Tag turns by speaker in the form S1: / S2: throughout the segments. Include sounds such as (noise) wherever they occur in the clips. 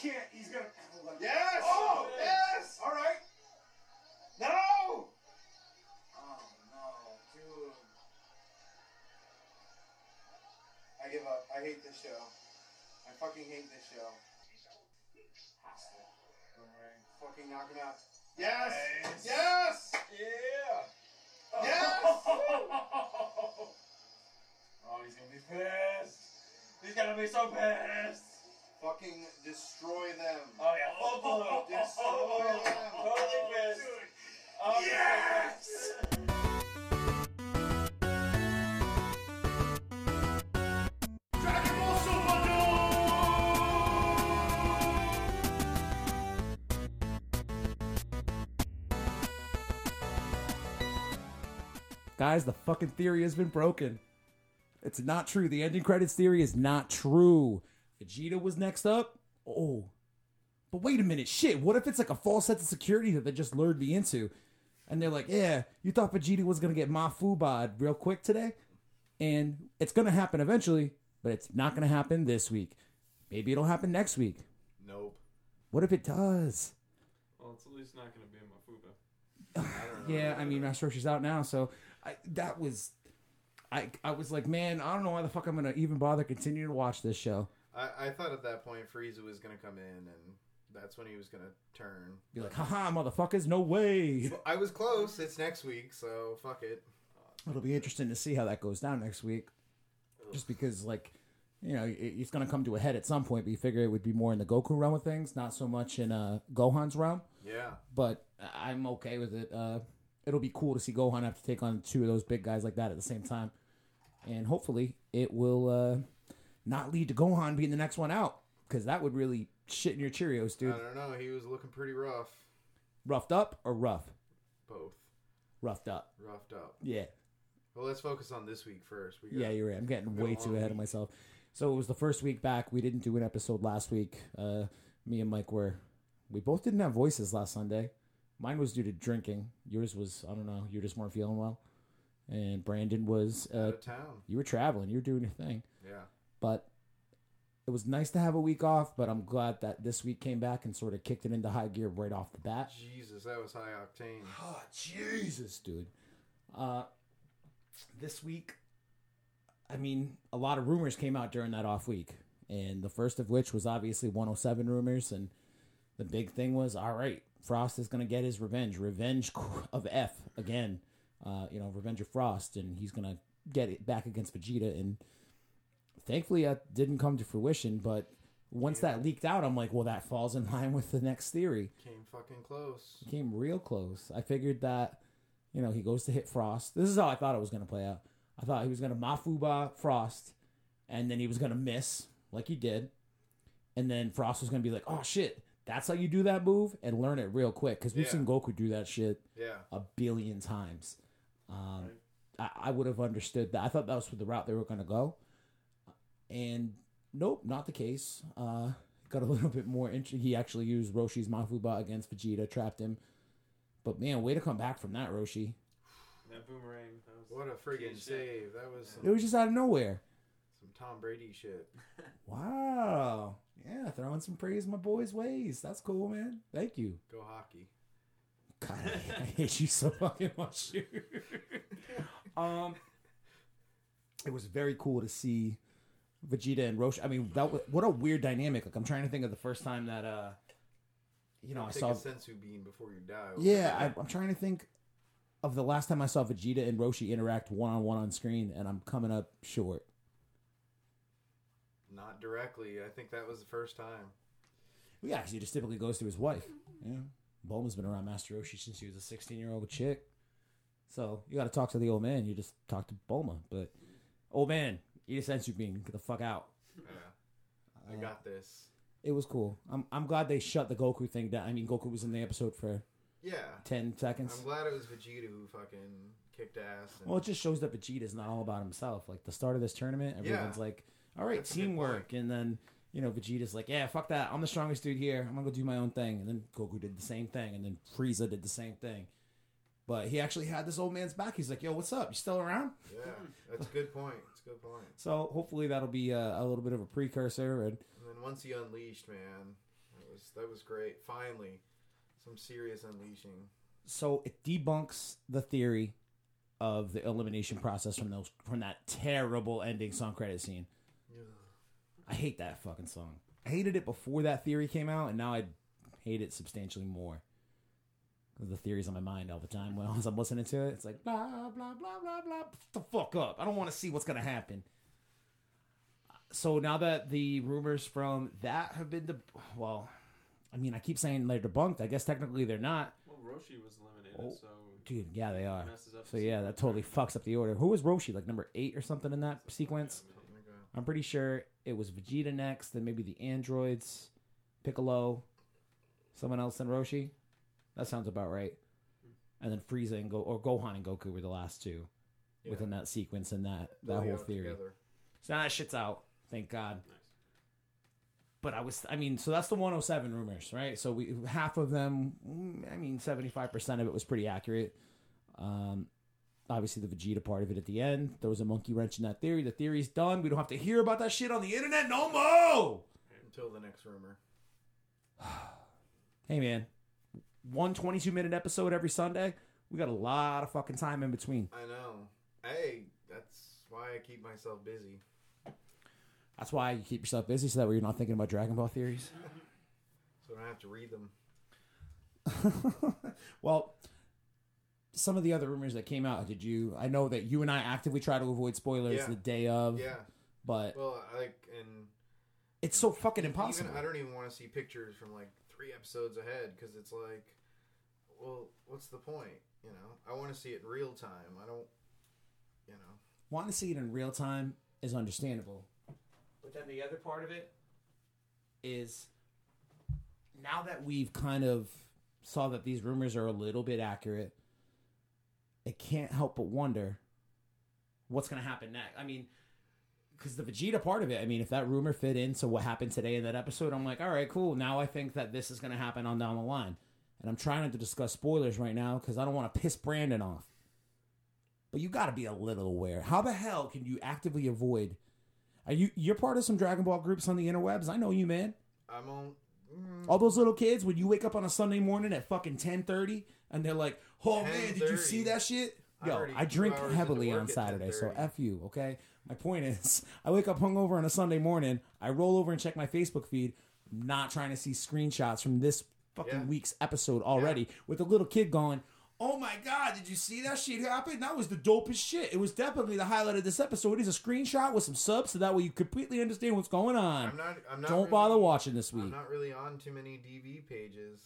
S1: can't. He's gonna. Hold on.
S2: Yes!
S1: Oh!
S2: Yes!
S1: All right.
S2: No!
S1: Oh no, dude.
S2: I give up. I hate this show. I fucking hate this show.
S1: Has to.
S2: Fucking knock him out. Yes!
S1: Nice.
S2: Yes!
S1: Yeah.
S2: Yes!
S1: (laughs) oh, he's gonna be pissed. He's gonna be so pissed.
S2: Fucking destroy them.
S1: Oh yeah, full blow.
S2: Destroy
S1: (laughs)
S2: them.
S1: Totally pissed. Oh,
S2: Yes!
S3: Guys, the fucking theory has been broken. It's not true. The ending credits theory is not true. Vegeta was next up. Oh. But wait a minute, shit. What if it's like a false sense of security that they just lured me into? And they're like, yeah, you thought Vegeta was going to get Mafubad real quick today? And it's going to happen eventually, but it's not going to happen this week. Maybe it'll happen next week.
S4: Nope.
S3: What if it does?
S5: Well, it's at least not going to be in my fuba.
S4: I don't know.
S3: Yeah, I mean, Masteroshi's out now, so I, that was, I, I was like, man, I don't know why the fuck I'm gonna even bother continue to watch this show.
S4: I, I thought at that point Frieza was gonna come in, and that's when he was gonna turn.
S3: Be like, haha, motherfuckers, no way.
S4: But I was close. It's next week, so fuck it.
S3: It'll be interesting to see how that goes down next week, just because like, you know, it, it's gonna come to a head at some point. But you figure it would be more in the Goku realm of things, not so much in uh Gohan's realm.
S4: Yeah.
S3: But I- I'm okay with it. Uh, it'll be cool to see Gohan have to take on two of those big guys like that at the same time, and hopefully it will uh, not lead to Gohan being the next one out because that would really shit in your Cheerios, dude.
S4: I don't know. He was looking pretty rough.
S3: Roughed up or rough?
S4: Both
S3: Roughed up.
S4: roughed up.
S3: Yeah.
S4: Well, let's focus on this week first. We got,
S3: Yeah, you're right. I'm getting way too ahead of myself. So it was the first week back. We didn't do an episode last week. Uh, me and Mike were, we both didn't have voices last Sunday. Mine was due to drinking. Yours was, I don't know, you just weren't feeling well. And Brandon was, uh,
S4: out of town.
S3: you were traveling, you were doing your thing.
S4: Yeah.
S3: But it was nice to have a week off, but I'm glad that this week came back and sort of kicked it into high gear right off the bat.
S4: Jesus, that was high octane.
S3: Oh, Jesus, dude. Uh, this week, I mean, a lot of rumors came out during that off week. And the first of which was obviously 107 rumors. And the big thing was all right, Frost is going to get his revenge. Revenge (laughs) of F again. Uh, you know, revenge of Frost. And he's going to get it back against Vegeta. And thankfully, that didn't come to fruition. But once that leaked out, I'm like, well, that falls in (laughs) line with the next theory
S4: Came fucking close.
S3: came real close. I figured that, you know, he goes to hit Frost. This is how I thought it was going to play out. I thought he was going to Mafuba Frost, and then he was going to miss, like he did. And then Frost was going to be like, oh shit, that's how you do that move, and learn it real quick. Because we've
S4: Yeah.
S3: seen Goku do that shit
S4: Yeah.
S3: a billion times. Um, I, I would have understood that. I thought that was the route they were going to go. And nope, not the case. Uh, got a little bit more intrigue. He actually used Roshi's Mafuba against Vegeta, trapped him. But man, way to come back from that, Roshi.
S5: That boomerang. That was
S4: What a
S5: key
S4: friggin'
S5: shit.
S4: save. That was some,
S3: It was just out of nowhere.
S4: some Tom Brady shit.
S3: Wow. Yeah, throwing some praise my boy's ways. That's cool, man. Thank you.
S4: Go hockey.
S3: God, (laughs) I, I hate you so fucking much. dude. um, it was very cool to see Vegeta and Roshi. I mean, that was, what a weird dynamic. Like, I'm trying to think of the first time that, uh, you know, I
S4: Take
S3: saw.
S4: a sensu bean before you die.
S3: Yeah, I, I'm trying to think of the last time I saw Vegeta and Roshi interact one on one on screen, and I'm coming up short.
S4: Not directly. I think that was the first time.
S3: Yeah, 'cause he just typically goes to his wife. Yeah, Bulma's been around Master Roshi since he was a 16 year old chick. So you got to talk to the old man. You just talk to Bulma, but old man, eat a sensu bean. Get the fuck out.
S4: Yeah. I got this.
S3: It was cool. I'm I'm glad they shut the Goku thing down. I mean, Goku was in the episode for
S4: Yeah.
S3: 10 seconds.
S4: I'm glad it was Vegeta who fucking kicked ass. And
S3: Well, it just shows that Vegeta's not all about himself. Like the start of this tournament, everyone's
S4: Yeah.
S3: like, "All right,
S4: That's a good
S3: teamwork," and then you know Vegeta's like, "Yeah, fuck that. I'm the strongest dude here. I'm gonna go do my own thing." And then Goku did the same thing, and then Frieza did the same thing. But he actually had this old man's back. He's like, "Yo, what's up? You still around?"
S4: yeah, that's a good point. It's a good point.
S3: So hopefully that'll be a, a little bit of a precursor. And
S4: And then once he unleashed, man, I was that was great. Finally, some serious unleashing.
S3: so it debunks the theory of the elimination process from those from that terrible ending song credit scene. I hate that fucking song. I hated it before that theory came out, and now I hate it substantially more. 'Cause The theory's on my mind all the time. Well, (laughs) as I'm listening to it, it's like blah blah blah blah blah. Put the fuck up! I don't want to see what's gonna happen. So now that the rumors from that have been the well, I mean, I keep saying they're debunked. I guess technically they're not.
S5: Well, Roshi was eliminated,
S3: Oh.
S5: so
S3: Dude, yeah, they are.
S5: messes up
S3: So
S5: the
S3: yeah,
S5: sequence
S3: that totally
S5: there.
S3: fucks up the order. Who was Roshi? Like number eight or something in that sequence?
S5: Yeah, I mean,
S4: Something like that.
S3: I'm pretty sure it was Vegeta next, then maybe the androids, Piccolo, someone else than Roshi. That sounds about right. And then Frieza and Go or Gohan and Goku were the last two
S4: Yeah.
S3: within that sequence and that
S4: They'll
S3: that
S4: be
S3: whole
S4: out
S3: theory.
S4: together.
S3: So now that shit's out. Thank God.
S5: nice.
S3: But I was, I mean, so that's the 107 rumors, right? So we half of them, mm, I mean, 75% of it was pretty accurate. Um, obviously, the Vegeta part of it at the end, there was a monkey wrench in that theory. The theory's done. We don't have to hear about that shit on the internet no more.
S4: until the next rumor.
S3: Hey, man, one 22 minute episode every Sunday. We got a lot of fucking time in between.
S4: I know. Hey, that's why I keep myself busy.
S3: That's why you keep yourself busy so that way you're not thinking about Dragon Ball theories.
S4: So I don't have to read them.
S3: (laughs) well, some of the other rumors that came out, did you? I know that you and I actively try to avoid spoilers
S4: Yeah.
S3: the day of,
S4: Yeah.
S3: but
S4: Well, I like and
S3: it's so fucking impossible.
S4: Even, I don't even want to see pictures from like three episodes ahead because it's like, well, what's the point? You know, I want to see it in real time. I don't, you know,
S3: Want to see it in real time is understandable. But then the other part of it is now that we've kind of saw that these rumors are a little bit accurate, it can't help but wonder what's going to happen next. I mean, because the Vegeta part of it, I mean, if that rumor fit into what happened today in that episode, I'm like, all right, cool. Now I think that this is going to happen on down the line. And I'm trying not to discuss spoilers right now because I don't want to piss Brandon off. But you got to be a little aware. How the hell can you actively avoid? Are you you're part of some Dragon Ball groups on the interwebs? I know you, man.
S4: I'm on. Mm,
S3: All those little kids when you wake up on a Sunday morning at fucking ten thirty, and they're like, "Oh man, did you
S4: 10:30?
S3: see that shit?"
S4: I'm
S3: Yo,
S4: already
S3: I drink
S4: two hours into
S3: heavily
S4: work
S3: on
S4: at
S3: Saturday, so
S4: 10:30.
S3: f you. Okay. My point is, (laughs) I wake up hungover on a Sunday morning. I roll over and check my Facebook feed. I'm not trying to see screenshots from this fucking
S4: Yeah.
S3: week's episode already with a little kid going. Oh my god, did you see that shit happen? That was the dopest shit. It was definitely the highlight of this episode. It is a screenshot with some subs so that way you completely understand what's going on.
S4: I'm not. I'm not.
S3: Don't
S4: really-
S3: bother watching this week.
S4: I'm not really on too many DV pages.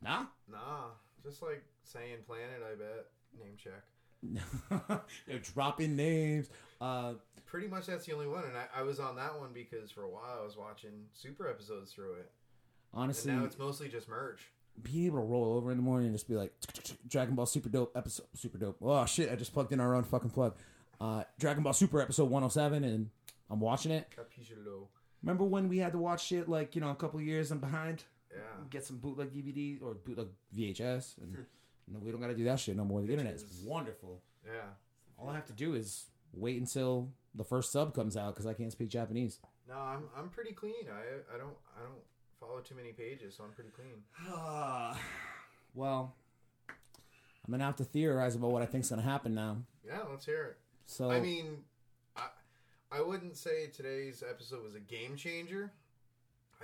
S3: nah?
S4: Nah, just like saying planet. I bet name check.
S3: (laughs) They're dropping names. Uh,
S4: Pretty much that's the only one, and I, I was on that one because for a while I was watching super episodes through it, and
S3: honestly,
S4: now it's mostly just merch.
S3: being able to roll over in the morning and just be like, Dragon Ball Super Dope episode, Super Dope. Oh shit, I just plugged in our own fucking plug. Uh, Dragon Ball Super episode 107, and I'm watching it.
S4: Capitulo.
S3: Remember when we had to watch shit like, you know, a couple years and behind?
S4: Yeah.
S3: Get some bootleg DVD or bootleg VHS.
S4: Hmm.
S3: And no, we don't got to do that shit no more. The internet is wonderful.
S4: Yeah.
S3: All I have to do is wait until the first sub comes out because I can't speak Japanese.
S4: No, I'm I'm pretty clean. I I don't I don't follow too many pages, so I'm pretty clean.
S3: Uh, (sighs) well, I'm gonna have to theorize about what I think's gonna happen now.
S4: Yeah, let's hear it.
S3: So
S4: I mean, I I wouldn't say today's episode was a game changer.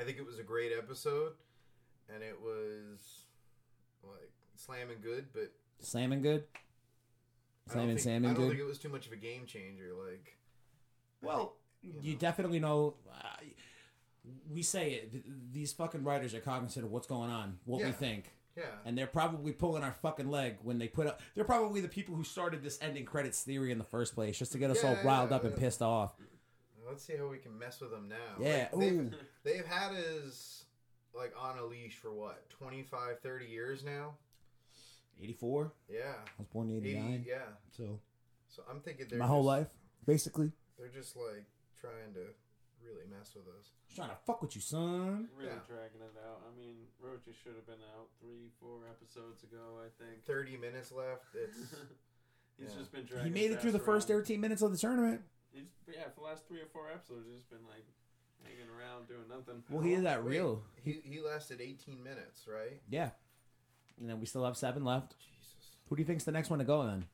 S4: I think it was a great episode, and it was like slamming good, but
S3: slamming good,
S4: I don't
S3: slamming
S4: think, I
S3: salmon
S4: don't
S3: good.
S4: think it was too much of a game changer. Like,
S3: well, you definitely know. Uh, we say it. th- These fucking writers are cognizant of what's going on, what we
S4: Yeah.
S3: think,
S4: yeah,
S3: and they're probably pulling our fucking leg when they put up. They're probably the people who started this ending credits theory in the first place, just to get us all
S4: Yeah,
S3: riled
S4: yeah,
S3: up and
S4: yeah.
S3: pissed off.
S4: let's see how we can mess with them now.
S3: Yeah,
S4: Like, they've,
S3: ooh.
S4: they've had us like on a leash for what 25, 30 years now.
S3: Eighty-four.
S4: Yeah,
S3: I was born in
S4: eighty.
S3: eighty-nine,
S4: Yeah,
S3: so
S4: so I'm thinking they're
S3: my whole
S4: just-
S3: life, basically.
S4: They're just like trying to really mess with us.
S3: Just trying to fuck with you, son.
S5: Really
S4: Yeah.
S5: dragging it out. I mean, Roshi should have been out three, four episodes ago, I think.
S4: Thirty minutes left. It's
S5: (laughs) he's
S4: Yeah.
S5: just been dragging.
S3: He made
S5: his
S3: it through
S5: ass
S3: the first
S5: around.
S3: 13 minutes of the tournament.
S5: He's, yeah, for the last three or four episodes, he's just been like hanging around, around doing nothing.
S3: Well, he did that
S4: Wait,
S3: real.
S4: He he lasted 18 minutes, right?
S3: Yeah. And then we still have seven left.
S4: Jesus.
S3: Who do you think's the next one to go then?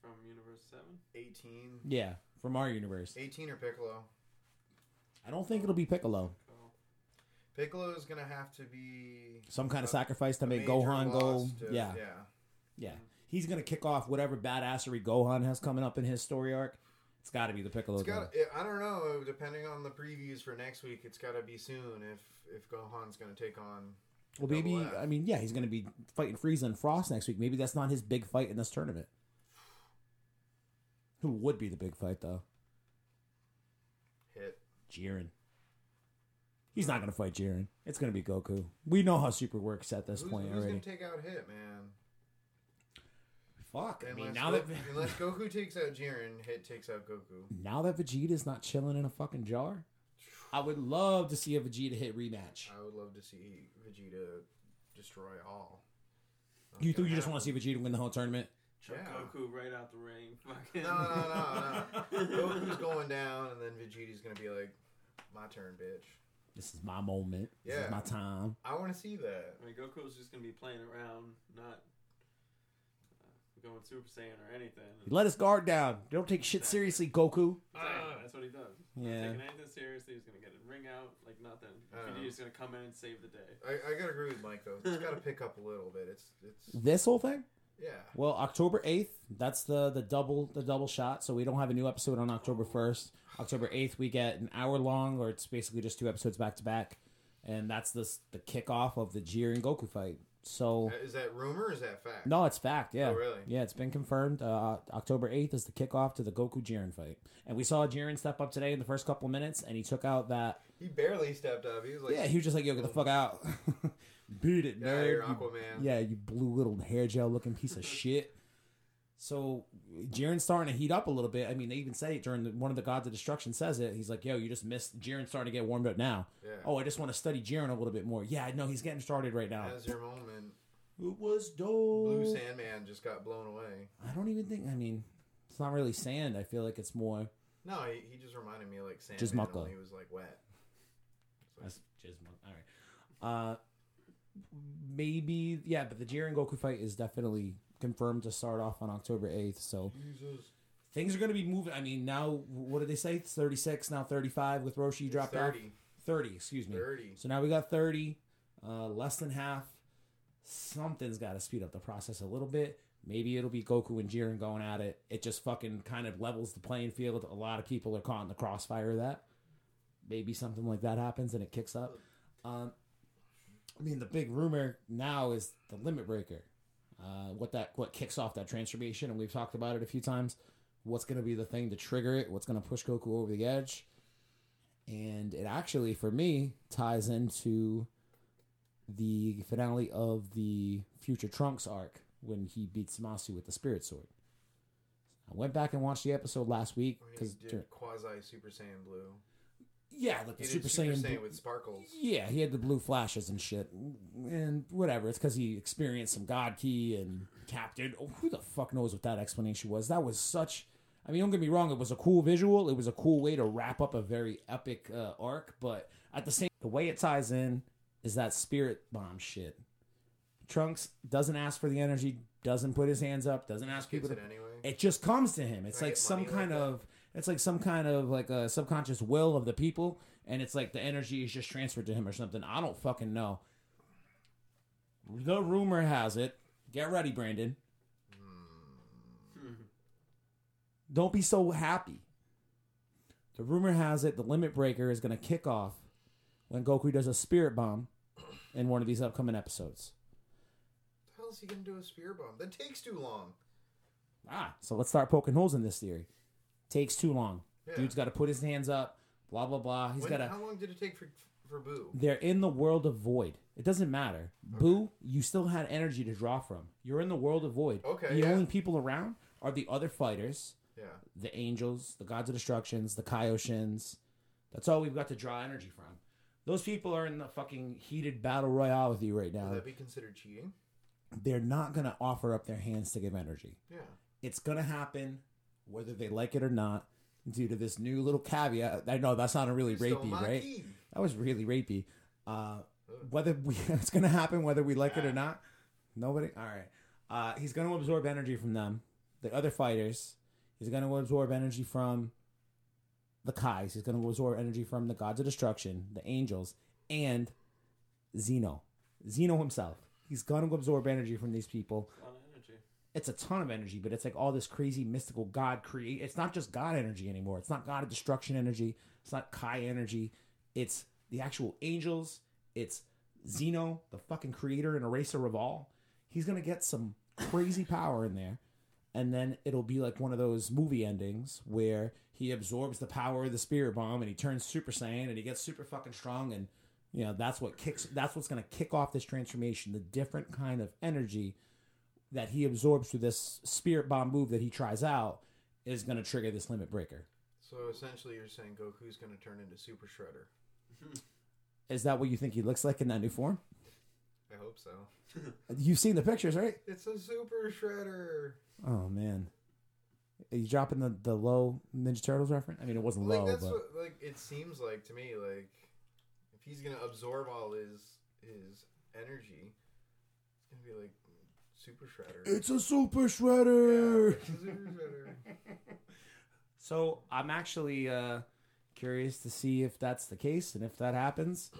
S5: From Universe 7?
S4: 18.
S3: Yeah, from our universe.
S4: 18 or Piccolo.
S3: I don't think it'll be Piccolo.
S5: Cool.
S4: Piccolo is gonna have to be
S3: Some kind of
S4: a-
S3: sacrifice to
S4: a
S3: make
S4: major
S3: Gohan go.
S4: loss to-
S3: yeah, yeah,
S4: yeah.
S3: He's gonna kick off whatever badassery Gohan has coming up in his story arc. It's got to be the Piccolo.
S4: It's
S3: thing.
S4: got. I don't know. Depending on the previews for next week, it's got to be soon. If if Gohan's gonna take on
S3: well,
S4: double
S3: maybe
S4: F.
S3: I mean, yeah, he's gonna be fighting Frieza and Frost next week. Maybe that's not his big fight in this tournament. Who would be the big fight though?
S4: hit,
S3: Jiren. He's not gonna fight Jiren. It's gonna be Goku. We know how Super works at this
S4: who's,
S3: point
S4: who's
S3: already.
S4: gonna take out Hit, man?
S3: Fuck. I mean,
S4: Unless
S3: now
S4: Go-
S3: that (laughs)
S4: unless Goku takes out Jiren, Hit takes out Goku.
S3: now that Vegeta's not chilling in a fucking jar, I would love to see a Vegeta hit rematch.
S4: I would love to see Vegeta destroy all. Not
S3: You
S4: gonna
S3: think you just
S4: happen.
S3: want to see Vegeta win the whole tournament?
S5: Chuck
S4: Yeah.
S5: Goku right out the ring.
S4: (laughs)
S5: Fucking.
S4: No,
S5: (laughs)
S4: no, no, no. Goku's going down, and then Vegeta's gonna be like, "My turn, bitch."
S3: This is my moment. This
S4: Yeah.
S3: is my time.
S4: I want to see that.
S5: I mean, Goku's just gonna be playing around, not uh, going Super Saiyan or anything.
S3: Let his guard down. Don't take shit seriously, Goku.
S5: Exactly, that's what he does.
S3: Yeah.
S5: Not taking anything seriously, he's gonna get a ring out like nothing.
S4: Uh.
S5: He's gonna come in and save the (laughs) day.
S4: I, I gotta agree with Mike though. It's gotta pick up a little bit. It's it's
S3: This whole thing?
S4: yeah.
S3: Well, October eighth. That's the the double the double shot. So we don't have a new episode on October first. October eighth, we get an hour long, or it's basically just two episodes back to back, and that's this the kickoff of the Jiren Goku fight. So
S4: Uh, Is that rumor? or Is that fact?
S3: no, it's fact. Yeah,
S4: Oh, really?
S3: Yeah, it's been confirmed. Uh, October eighth is the kickoff to the Goku Jiren fight, and we saw Jiren step up today in the first couple minutes, and he took out that.
S4: He barely stepped up. He was like,
S3: Yeah, he was just like, "Yo, get the fuck out, (laughs) beat it,
S4: "Get outta here,
S3: nerd." You
S4: Aquaman."
S3: yeah, you blue little hair gel looking piece of shit. So Jiren's starting to heat up a little bit. I mean, they even say it during the, one of the Gods of Destruction says it. He's like, "Yo, you just missed Jiren's starting to get warmed up now."
S4: Yeah.
S3: Oh, I just want to study Jiren a little bit more. Yeah, I know he's getting started right now.
S4: As your moment,
S3: It was dope.
S4: Blue Sandman just got blown away.
S3: I don't even think. I mean, it's not really sand. I feel like it's more
S4: No, he, he just reminded me of, like Sandman.
S3: Just Mucko.
S4: only He was like wet.
S3: that's just all right. Uh, maybe yeah, but the Jiren Goku fight is definitely confirmed to start off on October eighth. So
S4: Jesus.
S3: things are going to be moving. I mean, now what did they say? It's 36, now 35 with Roshi
S4: He
S3: dropped
S4: dropped
S3: out.
S4: 30.
S3: 30, excuse me.
S4: 30.
S3: So now we got 30, uh, less than half. Something's got to speed up the process a little bit. Maybe it'll be Goku and Jiren going at it. It just fucking kind of levels the playing field. A lot of people are caught in the crossfire of that. Maybe something like that happens and it kicks up. Um, I mean, the big rumor now is the Limit Breaker. Uh, what that what kicks off that transformation, and we've talked about it a few times. What's going to be the thing to trigger it? What's going to push Goku over the edge? And it actually, for me, ties into the finale of the Future Trunks arc when he beats Masu with the Spirit Sword. I went back and watched the episode last week
S4: When
S3: because
S4: Oh, he did quasi Super Saiyan Blue.
S3: yeah, like
S4: He
S3: the
S4: did
S3: Super Saiyan, Blue-
S4: with sparkles.
S3: yeah, he had the blue flashes and shit, and whatever. It's because he experienced some god key and captured. Oh, who the fuck knows what that explanation was? That was such. I mean, don't get me wrong. It was a cool visual. It was a cool way to wrap up a very epic uh, arc. But at the same, the way it ties in is that spirit bomb shit. Trunks doesn't ask for the energy. Doesn't put his hands up. Doesn't ask
S4: Keeps
S3: people to
S4: it anyway.
S3: it just comes to him. It's
S4: Can I
S3: like
S4: get
S3: some
S4: money
S3: kind
S4: like that?
S3: of it's like some kind of like a subconscious will of the people, and it's like the energy is just transferred to him or something. I don't fucking know. The rumor has it. Get ready, Brandon. Don't be so happy. The rumor has it the limit breaker is going to kick off when Goku does a spirit bomb in one of these upcoming episodes.
S4: How the hell is he gonna do a spear bomb? That takes too long.
S3: Ah, so let's start poking holes in this theory. Takes too long.
S4: Yeah.
S3: Dude's got to put his hands up. Blah blah blah. He's
S4: When-
S3: got to.
S4: How long did it take for for Boo?
S3: They're in the world of void. It doesn't matter. Boo, you still had energy to draw from. You're in the world of void.
S4: Okay,
S3: The
S4: yeah.
S3: only people around are the other fighters,
S4: Yeah.
S3: the angels, the gods of destructions, the Kaioshins. That's all we've got to draw energy from. Those people are in the fucking heated battle royale with you right now.
S4: Would that be considered cheating?
S3: They're not gonna offer up their hands to give energy.
S4: Yeah.
S3: It's gonna happen, whether they like it or not. due to this new little caveat. I know that's not a really
S4: Stole
S3: rapey,
S4: my
S3: right?
S4: key.
S3: That was really rapey. Uh, whether we, (laughs) it's going to happen, whether we like it or not, nobody. All right. Uh, he's going to absorb energy from them, the other fighters. He's going to absorb energy from the Kais. He's going to absorb energy from the gods of destruction, the angels, and Zeno. Zeno himself. He's going to absorb energy from these people
S5: A lot of (laughs) energy.
S3: it's a ton of energy, but it's like all this crazy mystical God create. It's not just God energy anymore. It's not God of destruction energy. It's not Kai energy. It's the actual angels. It's Zeno, the fucking creator and eraser of all. He's gonna get some crazy power in there, and then it'll be like one of those movie endings where he absorbs the power of the spirit bomb and he turns Super Saiyan and he gets super fucking strong and you know that's what kicks. That's what's gonna kick off this transformation. The different kind of energy that he absorbs through this spirit bomb move that he tries out is going to trigger this limit breaker.
S4: So essentially, you're saying Goku's going to turn into Super Shredder.
S3: Is that what you think he looks like in that new form?
S4: I hope so.
S3: You've seen the pictures, right?
S4: It's a Super Shredder.
S3: Oh man, are you dropping the the low Ninja Turtles reference? I mean, it wasn't
S4: Like
S3: low,
S4: that's
S3: but
S4: what like it seems like to me. Like if he's going to absorb all his his energy, it's going to be like Super Shredder.
S3: it's a super
S4: Yeah,
S3: shredder.
S4: it's a Super
S3: (laughs)
S4: Shredder.
S3: So I'm actually uh, curious to see if that's the case and if that happens.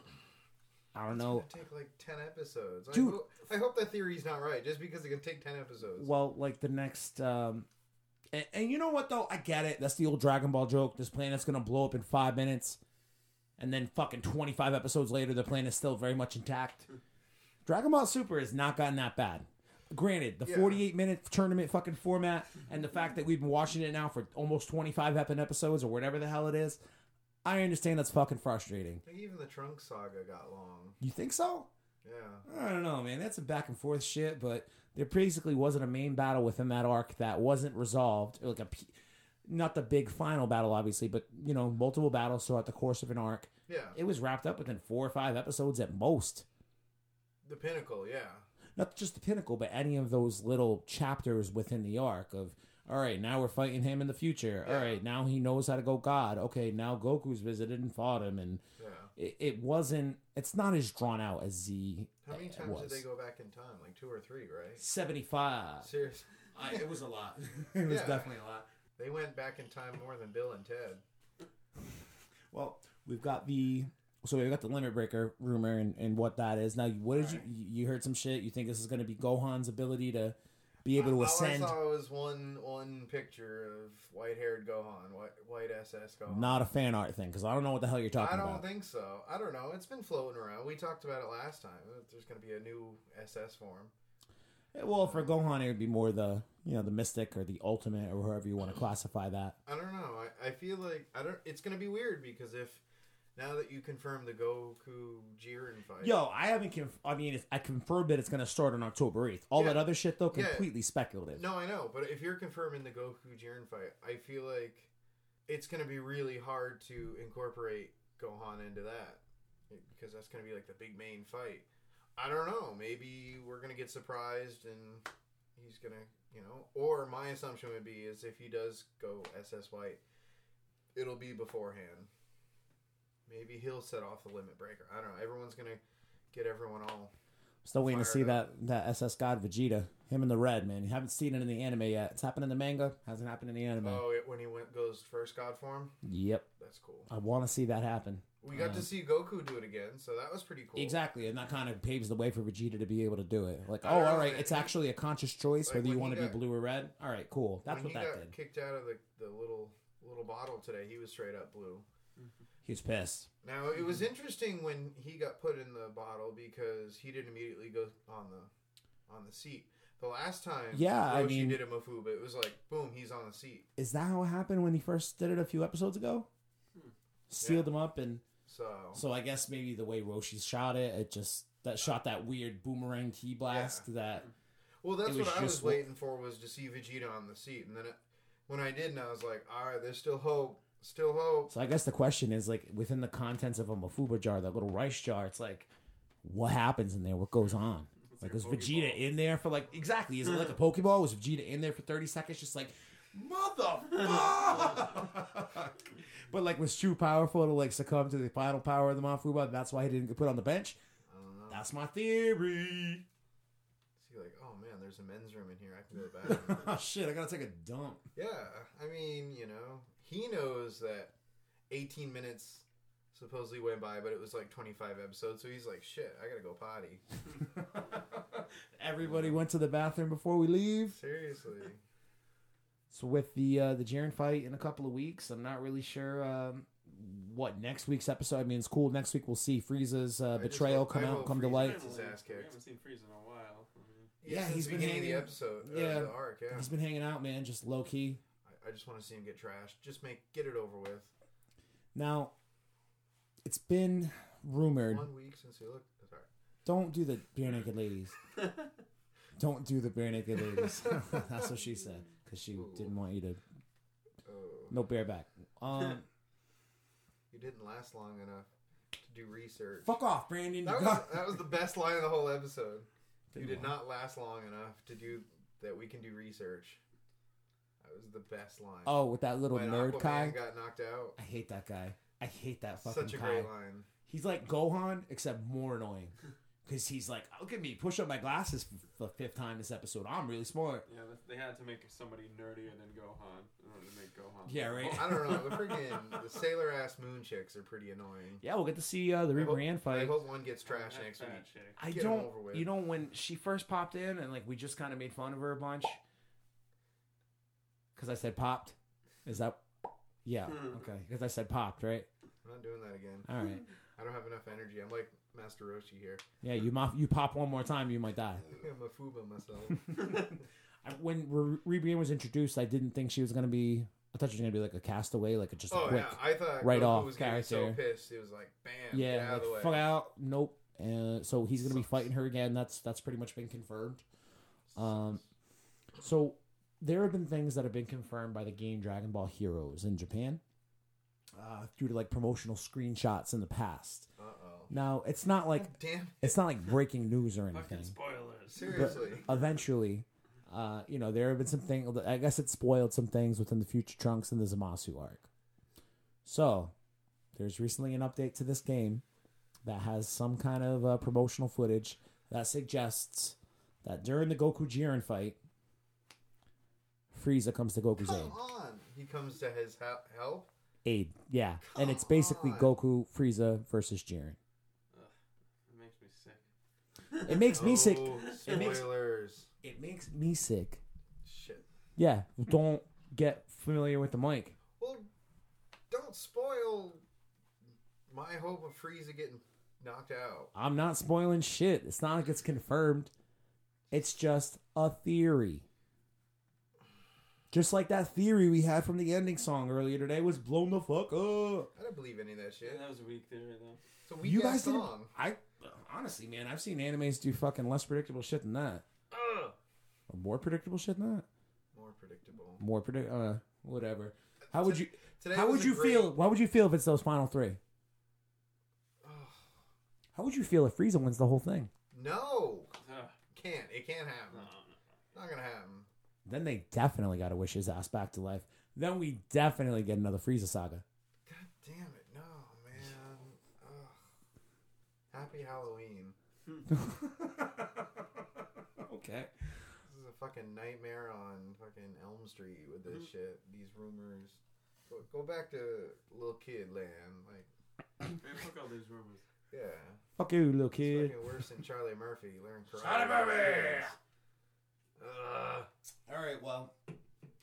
S3: I don't know.
S4: It's gonna take like ten episodes. I,
S3: Dude.
S4: hope, I hope that theory's not right. Just because it can take ten episodes.
S3: Well, like the next, um, and, and you know what though? I get it. That's the old Dragon Ball joke. This planet's gonna blow up in five minutes, and then fucking twenty five episodes later, the planet's still very much intact. Dragon Ball Super has not gotten that bad. Granted, the
S4: Yeah.
S3: forty eight minute tournament fucking format, and the fact that we've been watching it now for almost twenty five episodes or whatever the hell it is, I understand that's fucking frustrating.
S4: Like even the Trunks saga got long.
S3: You think so?
S4: Yeah.
S3: I don't know, man. That's some back and forth shit, but there basically wasn't a main battle within that arc that wasn't resolved. Like a, p- not the big final battle, obviously, but you know, multiple battles throughout the course of an arc.
S4: Yeah.
S3: It was wrapped up within four or five episodes at most.
S4: The pinnacle, yeah.
S3: Not just the pinnacle, but any of those little chapters within the arc of. All right, now we're fighting him in the future. All
S4: Yeah.
S3: right, now he knows how to go God. Okay, now Goku's visited and fought him, and
S4: Yeah.
S3: it, it wasn't. It's not as drawn out as Z.
S4: How many
S3: it
S4: times
S3: was.
S4: did they go back in time? Like two or three, right?
S3: Seventy-five.
S4: Seriously.
S3: I, it was a lot. (laughs) it was
S4: Yeah.
S3: definitely a lot.
S4: They went back in time more than Bill and Ted.
S3: Well, we've got the so we've got the limit breaker rumor and, and what that is. Now, what did you you you heard some shit? You think this is going to be Gohan's ability to be able to
S4: All
S3: ascend?
S4: I saw was one one picture of white haired Gohan, white, white SS Gohan.
S3: Not a fan art thing because I don't know what the hell you're
S4: I
S3: talking
S4: don't
S3: about.
S4: think so. I don't know. It's been floating around. We talked about it last time. that There's going to be a new SS form.
S3: Eh, well, for Gohan, it would be more the you know the mystic or the ultimate or however you want to classify that.
S4: I don't know. I, I feel like I don't. It's gonna be weird because if now that you confirm the Goku Jiren fight,
S3: Yo, I haven't. Conf- I mean, it's, I confirmed that it's going to start on October eighth. All
S4: Yeah.
S3: that other shit though,
S4: Yeah.
S3: completely speculative.
S4: no, I know. But if you're confirming the Goku Jiren fight, I feel like it's gonna be really hard to incorporate Gohan into that because that's gonna be like the big main fight. I don't know. Maybe we're gonna get surprised and he's gonna, you know. Or my assumption would be is if he does go SS White, it'll be beforehand. Maybe he'll set off the limit breaker. I don't know. Everyone's gonna get everyone all.
S3: Still waiting to
S4: Fired
S3: see that
S4: up.
S3: that SS God Vegeta, him in the red man. You haven't seen it in the anime yet. It's happened in the manga, hasn't happened in the anime.
S4: Oh, it, when he went goes first God form,
S3: Yep,
S4: that's cool.
S3: I want to see that happen.
S4: We got
S3: Um,
S4: to see Goku do it again, so that was pretty cool.
S3: Exactly, and that kind of paves the way for Vegeta to be able to do it. Like,
S4: I
S3: oh,
S4: don't
S3: all
S4: know,
S3: right,
S4: man.
S3: it's actually a conscious choice
S4: Like,
S3: whether you
S4: when
S3: want
S4: he
S3: to be
S4: got-
S3: blue or red. All right, cool. That's
S4: when
S3: what
S4: he
S3: that
S4: got
S3: did.
S4: kicked out of the, the little little bottle today, he was straight up blue.
S3: He was pissed.
S4: Now it was
S3: Mm-hmm.
S4: interesting when he got put in the bottle because he didn't immediately go on the on the seat. The last time,
S3: Yeah, I
S4: Roshi
S3: mean-
S4: did a Mafuba. It was like boom, he's on the seat.
S3: Is that how it happened when he first did it a few episodes ago? Sealed
S4: Hmm. Yeah.
S3: him up, and
S4: So,
S3: so I guess maybe the way Roshi shot it, it just that shot that weird boomerang key blast that
S4: well, that's
S3: it was
S4: what I was
S3: just what-
S4: waiting for was to see Vegeta on the seat, and then it, when I did, and I was like, all right, there's still hope, still hope.
S3: So I guess the question is like within the contents of a mafuba jar, that little rice jar, it's like what happens in there? What goes on?
S5: It's
S3: Like
S5: like
S3: was
S5: a
S3: Vegeta
S5: Pokeball.
S3: in there for like exactly? Is it like a Pokeball? Was Vegeta in there for thirty seconds, just like motherfucker. (laughs) but like, was too powerful to like succumb to the final power of the Mafuba. That's why he didn't get put on the bench.
S4: I don't know.
S3: That's my theory. (laughs)
S4: So you're like, oh man, there's a men's room in here. I can go to the
S3: (laughs)
S4: bathroom.
S3: Shit, I gotta take a dump. (laughs)
S4: Yeah, I mean, you know, he knows that 18 minutes supposedly went by, but it was like 25 episodes, so he's like, shit, I gotta go
S3: (laughs)
S4: potty.
S3: Everybody went to the bathroom before we leave.
S4: Seriously.
S3: So with the uh, the Jaren fight in a couple of weeks, I'm not really sure um, what next week's episode. I mean, it's cool. Next week we'll see Frieza's uh,
S4: just
S3: betrayal
S4: hope-
S3: come
S4: I
S3: out,
S4: hope
S3: come to
S4: Frieza-
S3: light.
S4: His
S5: Apparently,
S4: ass
S5: we
S4: kicked.
S5: haven't seen Freeze in a while. I (laughs) mean,
S3: Yeah,
S4: since
S3: he's
S4: the
S3: been
S4: beginning of
S3: hanging-
S4: the episode, uh,
S3: yeah.
S4: the arc, yeah.
S3: He's been hanging out, man, just low key.
S4: I, I just want to see him get trashed. Just make get it over with.
S3: Now, it's been rumored.
S4: One week since he looked. Sorry.
S3: Don't do the bare naked ladies. Don't do the bare
S4: (laughs)
S3: naked ladies. That's what she said because she didn't want you to
S4: Oh,
S3: no bareback. Um,
S4: you didn't last long enough to do research.
S3: fuck off, Brandon.
S4: That was,
S3: You got-
S4: that was the best line of the whole episode. You did
S3: Didn't want-
S4: not last long enough to do that. We can do research. That was the best line.
S3: Oh, with that little
S4: when
S3: nerd
S4: Aquaman
S3: guy.
S4: got knocked out.
S3: I hate that guy. I hate that fucking
S4: Such a
S3: guy.
S4: great line.
S3: He's like Gohan, except
S4: (laughs)
S3: more annoying. Because he's like, look at me, push up my glasses for the fifth time this episode. I'm really smart.
S5: yeah, th- they had to make somebody nerdier than Gohan in order to make Gohan.
S3: Yeah, right.
S4: I don't know. The freaking the sailor ass moon chicks are pretty annoying.
S3: Yeah, we'll get to see uh, the
S4: I hope-
S3: Reaper Ann
S4: I
S3: fight.
S4: hope one gets
S5: That
S4: trashed next week.
S5: fat chick.
S3: I
S4: get 'em
S3: don't,
S4: over with.
S3: you know, when she first popped in and like we just kind of made fun of her a bunch. Because I said popped. Is that. Yeah,
S4: Hmm.
S3: okay. Because I said popped, right?
S4: I'm not doing that again. (laughs)
S3: All right.
S4: I don't have enough energy. I'm like Master Roshi here. (laughs)
S3: Yeah, you, mop, you pop one more time, you might die.
S4: I'm a fuba myself.
S3: (laughs) I, when Re- Reba Ann was introduced, I didn't think she was going to be. I thought she was going to be like a castaway, like a, just a
S4: oh
S3: quick.
S4: yeah, I thought
S3: right
S4: Goku
S3: off
S4: was getting so
S3: character.
S4: pissed. It was like bam, get
S3: Yeah,
S4: out of the way.
S3: like, fuck out. Nope. Uh, so he's gonna be fighting her again. That's that's pretty much been confirmed. Um, so there have been things that have been confirmed by the game Dragon Ball Heroes in Japan, uh, due to like promotional screenshots in the past.
S4: Uh oh.
S3: Now it's not like
S4: (laughs) Damn.
S3: it's not like breaking news or
S5: Fucking
S3: anything.
S5: spoilers.
S4: Seriously.
S3: Eventually, uh, you know there have been some things. I guess it spoiled some things within the future trunks and the Zamasu arc. So there's recently an update to this game that has some kind of uh, promotional footage that suggests that during the Goku Jiren fight, Frieza comes to Goku's
S4: Come
S3: aid.
S4: on. He comes to his hel- help.
S3: Aid, yeah, and it's
S4: Come
S3: basically
S4: on.
S3: Goku Frieza versus Jiren.
S5: It makes me sick.
S3: It makes me sick.
S4: Oh,
S3: It makes-
S4: Spoilers.
S3: It makes me sick.
S4: Shit.
S3: Yeah, don't get familiar with the mic.
S4: Well, don't spoil my hope of Frieza getting knocked out.
S3: I'm not spoiling shit. It's not like it's confirmed. It's just a theory. Just like that theory we had from the ending song earlier today was blown the fuck up.
S4: I don't believe any of that
S5: Yeah,
S4: shit.
S5: that was a weak theory though.
S4: It's a weak
S3: you
S4: ass
S3: guys didn't.
S4: song.
S3: I honestly, man, I've seen animes do fucking less predictable shit than that,
S4: Ugh.
S3: or more predictable shit than that.
S4: More predictable.
S3: More predict. Uh, whatever. How would you?
S4: Today
S3: How
S4: was
S3: would
S4: a
S3: you
S4: great-
S3: feel? Why would you feel if it's those final three?
S4: Ugh.
S3: How would you feel if Frieza wins the whole thing?
S4: No,
S5: Ugh,
S4: can't. It can't happen.
S5: no, no.
S4: Not gonna happen.
S3: Then they definitely got to wish his ass back to life. Then we definitely get another Frieza saga.
S4: God damn it! No, man. Ugh. Happy Halloween.
S3: okay.
S4: This is a fucking nightmare on fucking Elm Street with
S5: Mm-hmm.
S4: this shit. These rumors. Go, go back to little kid land. Like,
S5: Man, fuck all these rumors.
S4: yeah.
S3: Fuck you, little
S4: It's
S3: kid.
S4: fucking worse than Charlie Murphy. Learn karate.
S1: Charlie Murphy!
S4: Ugh.
S3: All right, well,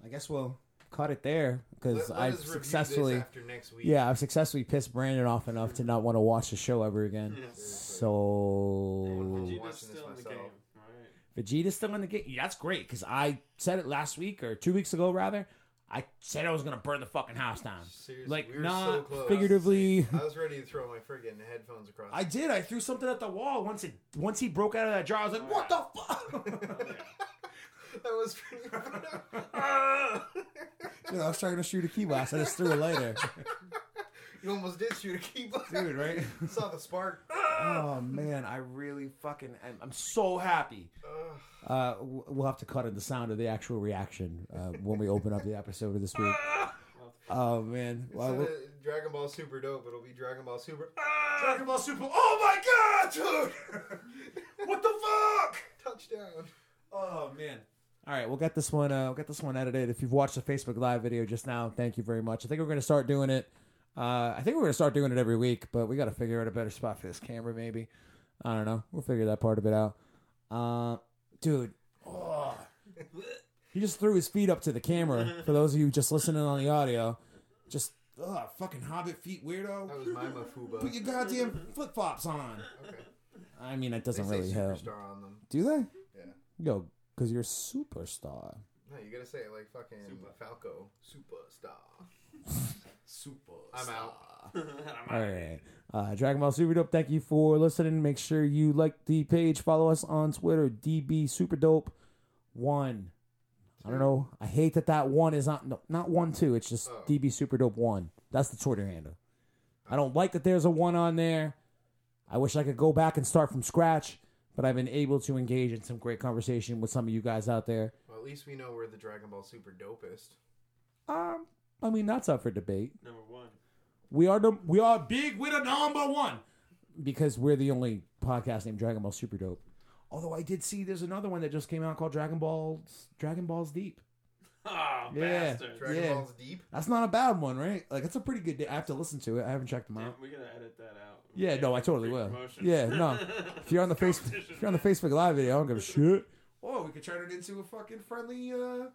S3: I guess we'll cut it there
S4: Let,
S3: because
S4: let
S3: I've
S4: us review this
S3: successfully,
S4: after next week.
S3: yeah, I've successfully pissed Brandon off enough to not want to watch the show ever again.
S5: Yeah.
S3: So
S4: watching
S5: Vegeta's
S4: this
S5: still in the
S4: myself.
S5: game. Alright. (laughs)
S3: Vegeta's still in the game. Yeah, that's great because I said it last week or two weeks ago, rather. I said I was gonna burn the fucking house down,
S4: Seriously,
S3: like
S4: we were so
S3: not
S4: close.
S3: figuratively.
S4: I was ready to throw my friggin' headphones across.
S3: I did. I threw something at the wall once it once he broke out of that jar. I was like, "What the fuck?"
S4: that
S3: (laughs)
S4: was pretty. (laughs)
S3: Dude, I was trying to shoot a key blast. I just threw it later,
S4: you almost did shoot a keyboard.
S3: (laughs) dude. Right?
S4: (laughs)
S3: (laughs)
S4: Saw the spark.
S3: oh man, I really fucking I'm, I'm so happy. Uh, w- we'll have to cut in the sound of the actual reaction uh, when we open up the episode of this (laughs) week. Oh man, well,
S4: Instead
S3: we'll-
S4: of Dragon Ball Super dope. It'll be Dragon Ball Super. (laughs)
S3: Dragon Ball Super! Oh my god, dude! (laughs) what the fuck?
S4: Touchdown.
S3: Oh man. All right, we'll get this one. Uh, we'll get this one edited. If you've watched the Facebook Live video just now, thank you very much. I think we're gonna start doing it. Uh, I think we're gonna start doing it every week, but we gotta figure out a better spot for this camera. Maybe I don't know. We'll figure that part of it out. Uh, dude, oh. he just threw his feet up to the camera. For those of you just listening on the audio, just ugh, fucking hobbit feet, weirdo.
S4: That was my
S3: Put
S4: Mafuba.
S3: your goddamn flip flops on.
S4: Okay.
S3: I mean, it
S4: They
S3: doesn't
S4: say
S3: really help.
S4: superstar on them.
S3: Do they?
S4: Yeah.
S3: Yo, because you're a superstar.
S4: No, you gotta say it like fucking
S5: Super.
S4: Falco. Superstar. Superstar. I'm out.
S3: All right. Uh, Dragon Ball Super Dope, thank you for listening. Make sure you like the page. Follow us on Twitter, DB Super Dope One. I don't know. I hate that that one is not no, not one two. It's just
S4: Oh.
S3: DB Super Dope One. That's the Twitter handle. I don't like that there's a one on there. I wish I could go back and start from scratch, but I've been able to engage in some great conversation with some of you guys out there.
S4: Well, at least we know we're the Dragon Ball Super dopest.
S3: Um, I mean that's up for debate.
S5: Number one.
S3: We are the we are big with a number one because we're the only podcast named Dragon Ball Super Dope. Although I did see there's another one that just came out called Dragon Balls Dragon Balls Deep.
S5: Ah,
S3: Yeah.
S5: bastard.
S3: Dra-
S4: Dragon
S3: Yeah.
S4: Ball's deep.
S3: That's not a bad one, right? Like it's a pretty good. I have to listen to it. I haven't checked them
S5: Damn,
S3: out.
S5: we gotta edit that out.
S3: Yeah, no, I totally
S5: Free
S3: will.
S5: promotion.
S3: Yeah,
S5: (laughs)
S3: no. If you're on the face,
S5: Competition.
S3: if you're on the Facebook Live video, I don't give a shit. Oh, we could turn it into a fucking friendly. uh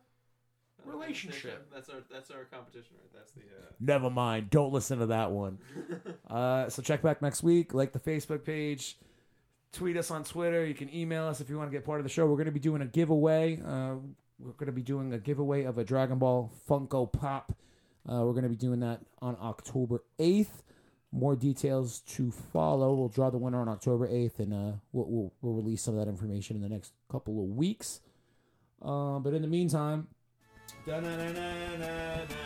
S5: Uh,
S3: relationship.
S5: That's our that's our competition, right? That's the uh,
S3: Never mind. Don't listen to that one.
S5: (laughs)
S3: uh, so check back next week. Like the Facebook page. Tweet us on Twitter. You can email us if you want to get part of the show. We're going to be doing a giveaway. Uh, we're going to be doing a giveaway of a Dragon Ball Funko Pop. Uh, we're going to be doing that on October 8th. More details to follow. We'll draw the winner on October 8th, and uh, we'll, we'll, we'll release some of that information in the next Um, couple of weeks. Uh, but in the meantime, da-na-na-na-na-na.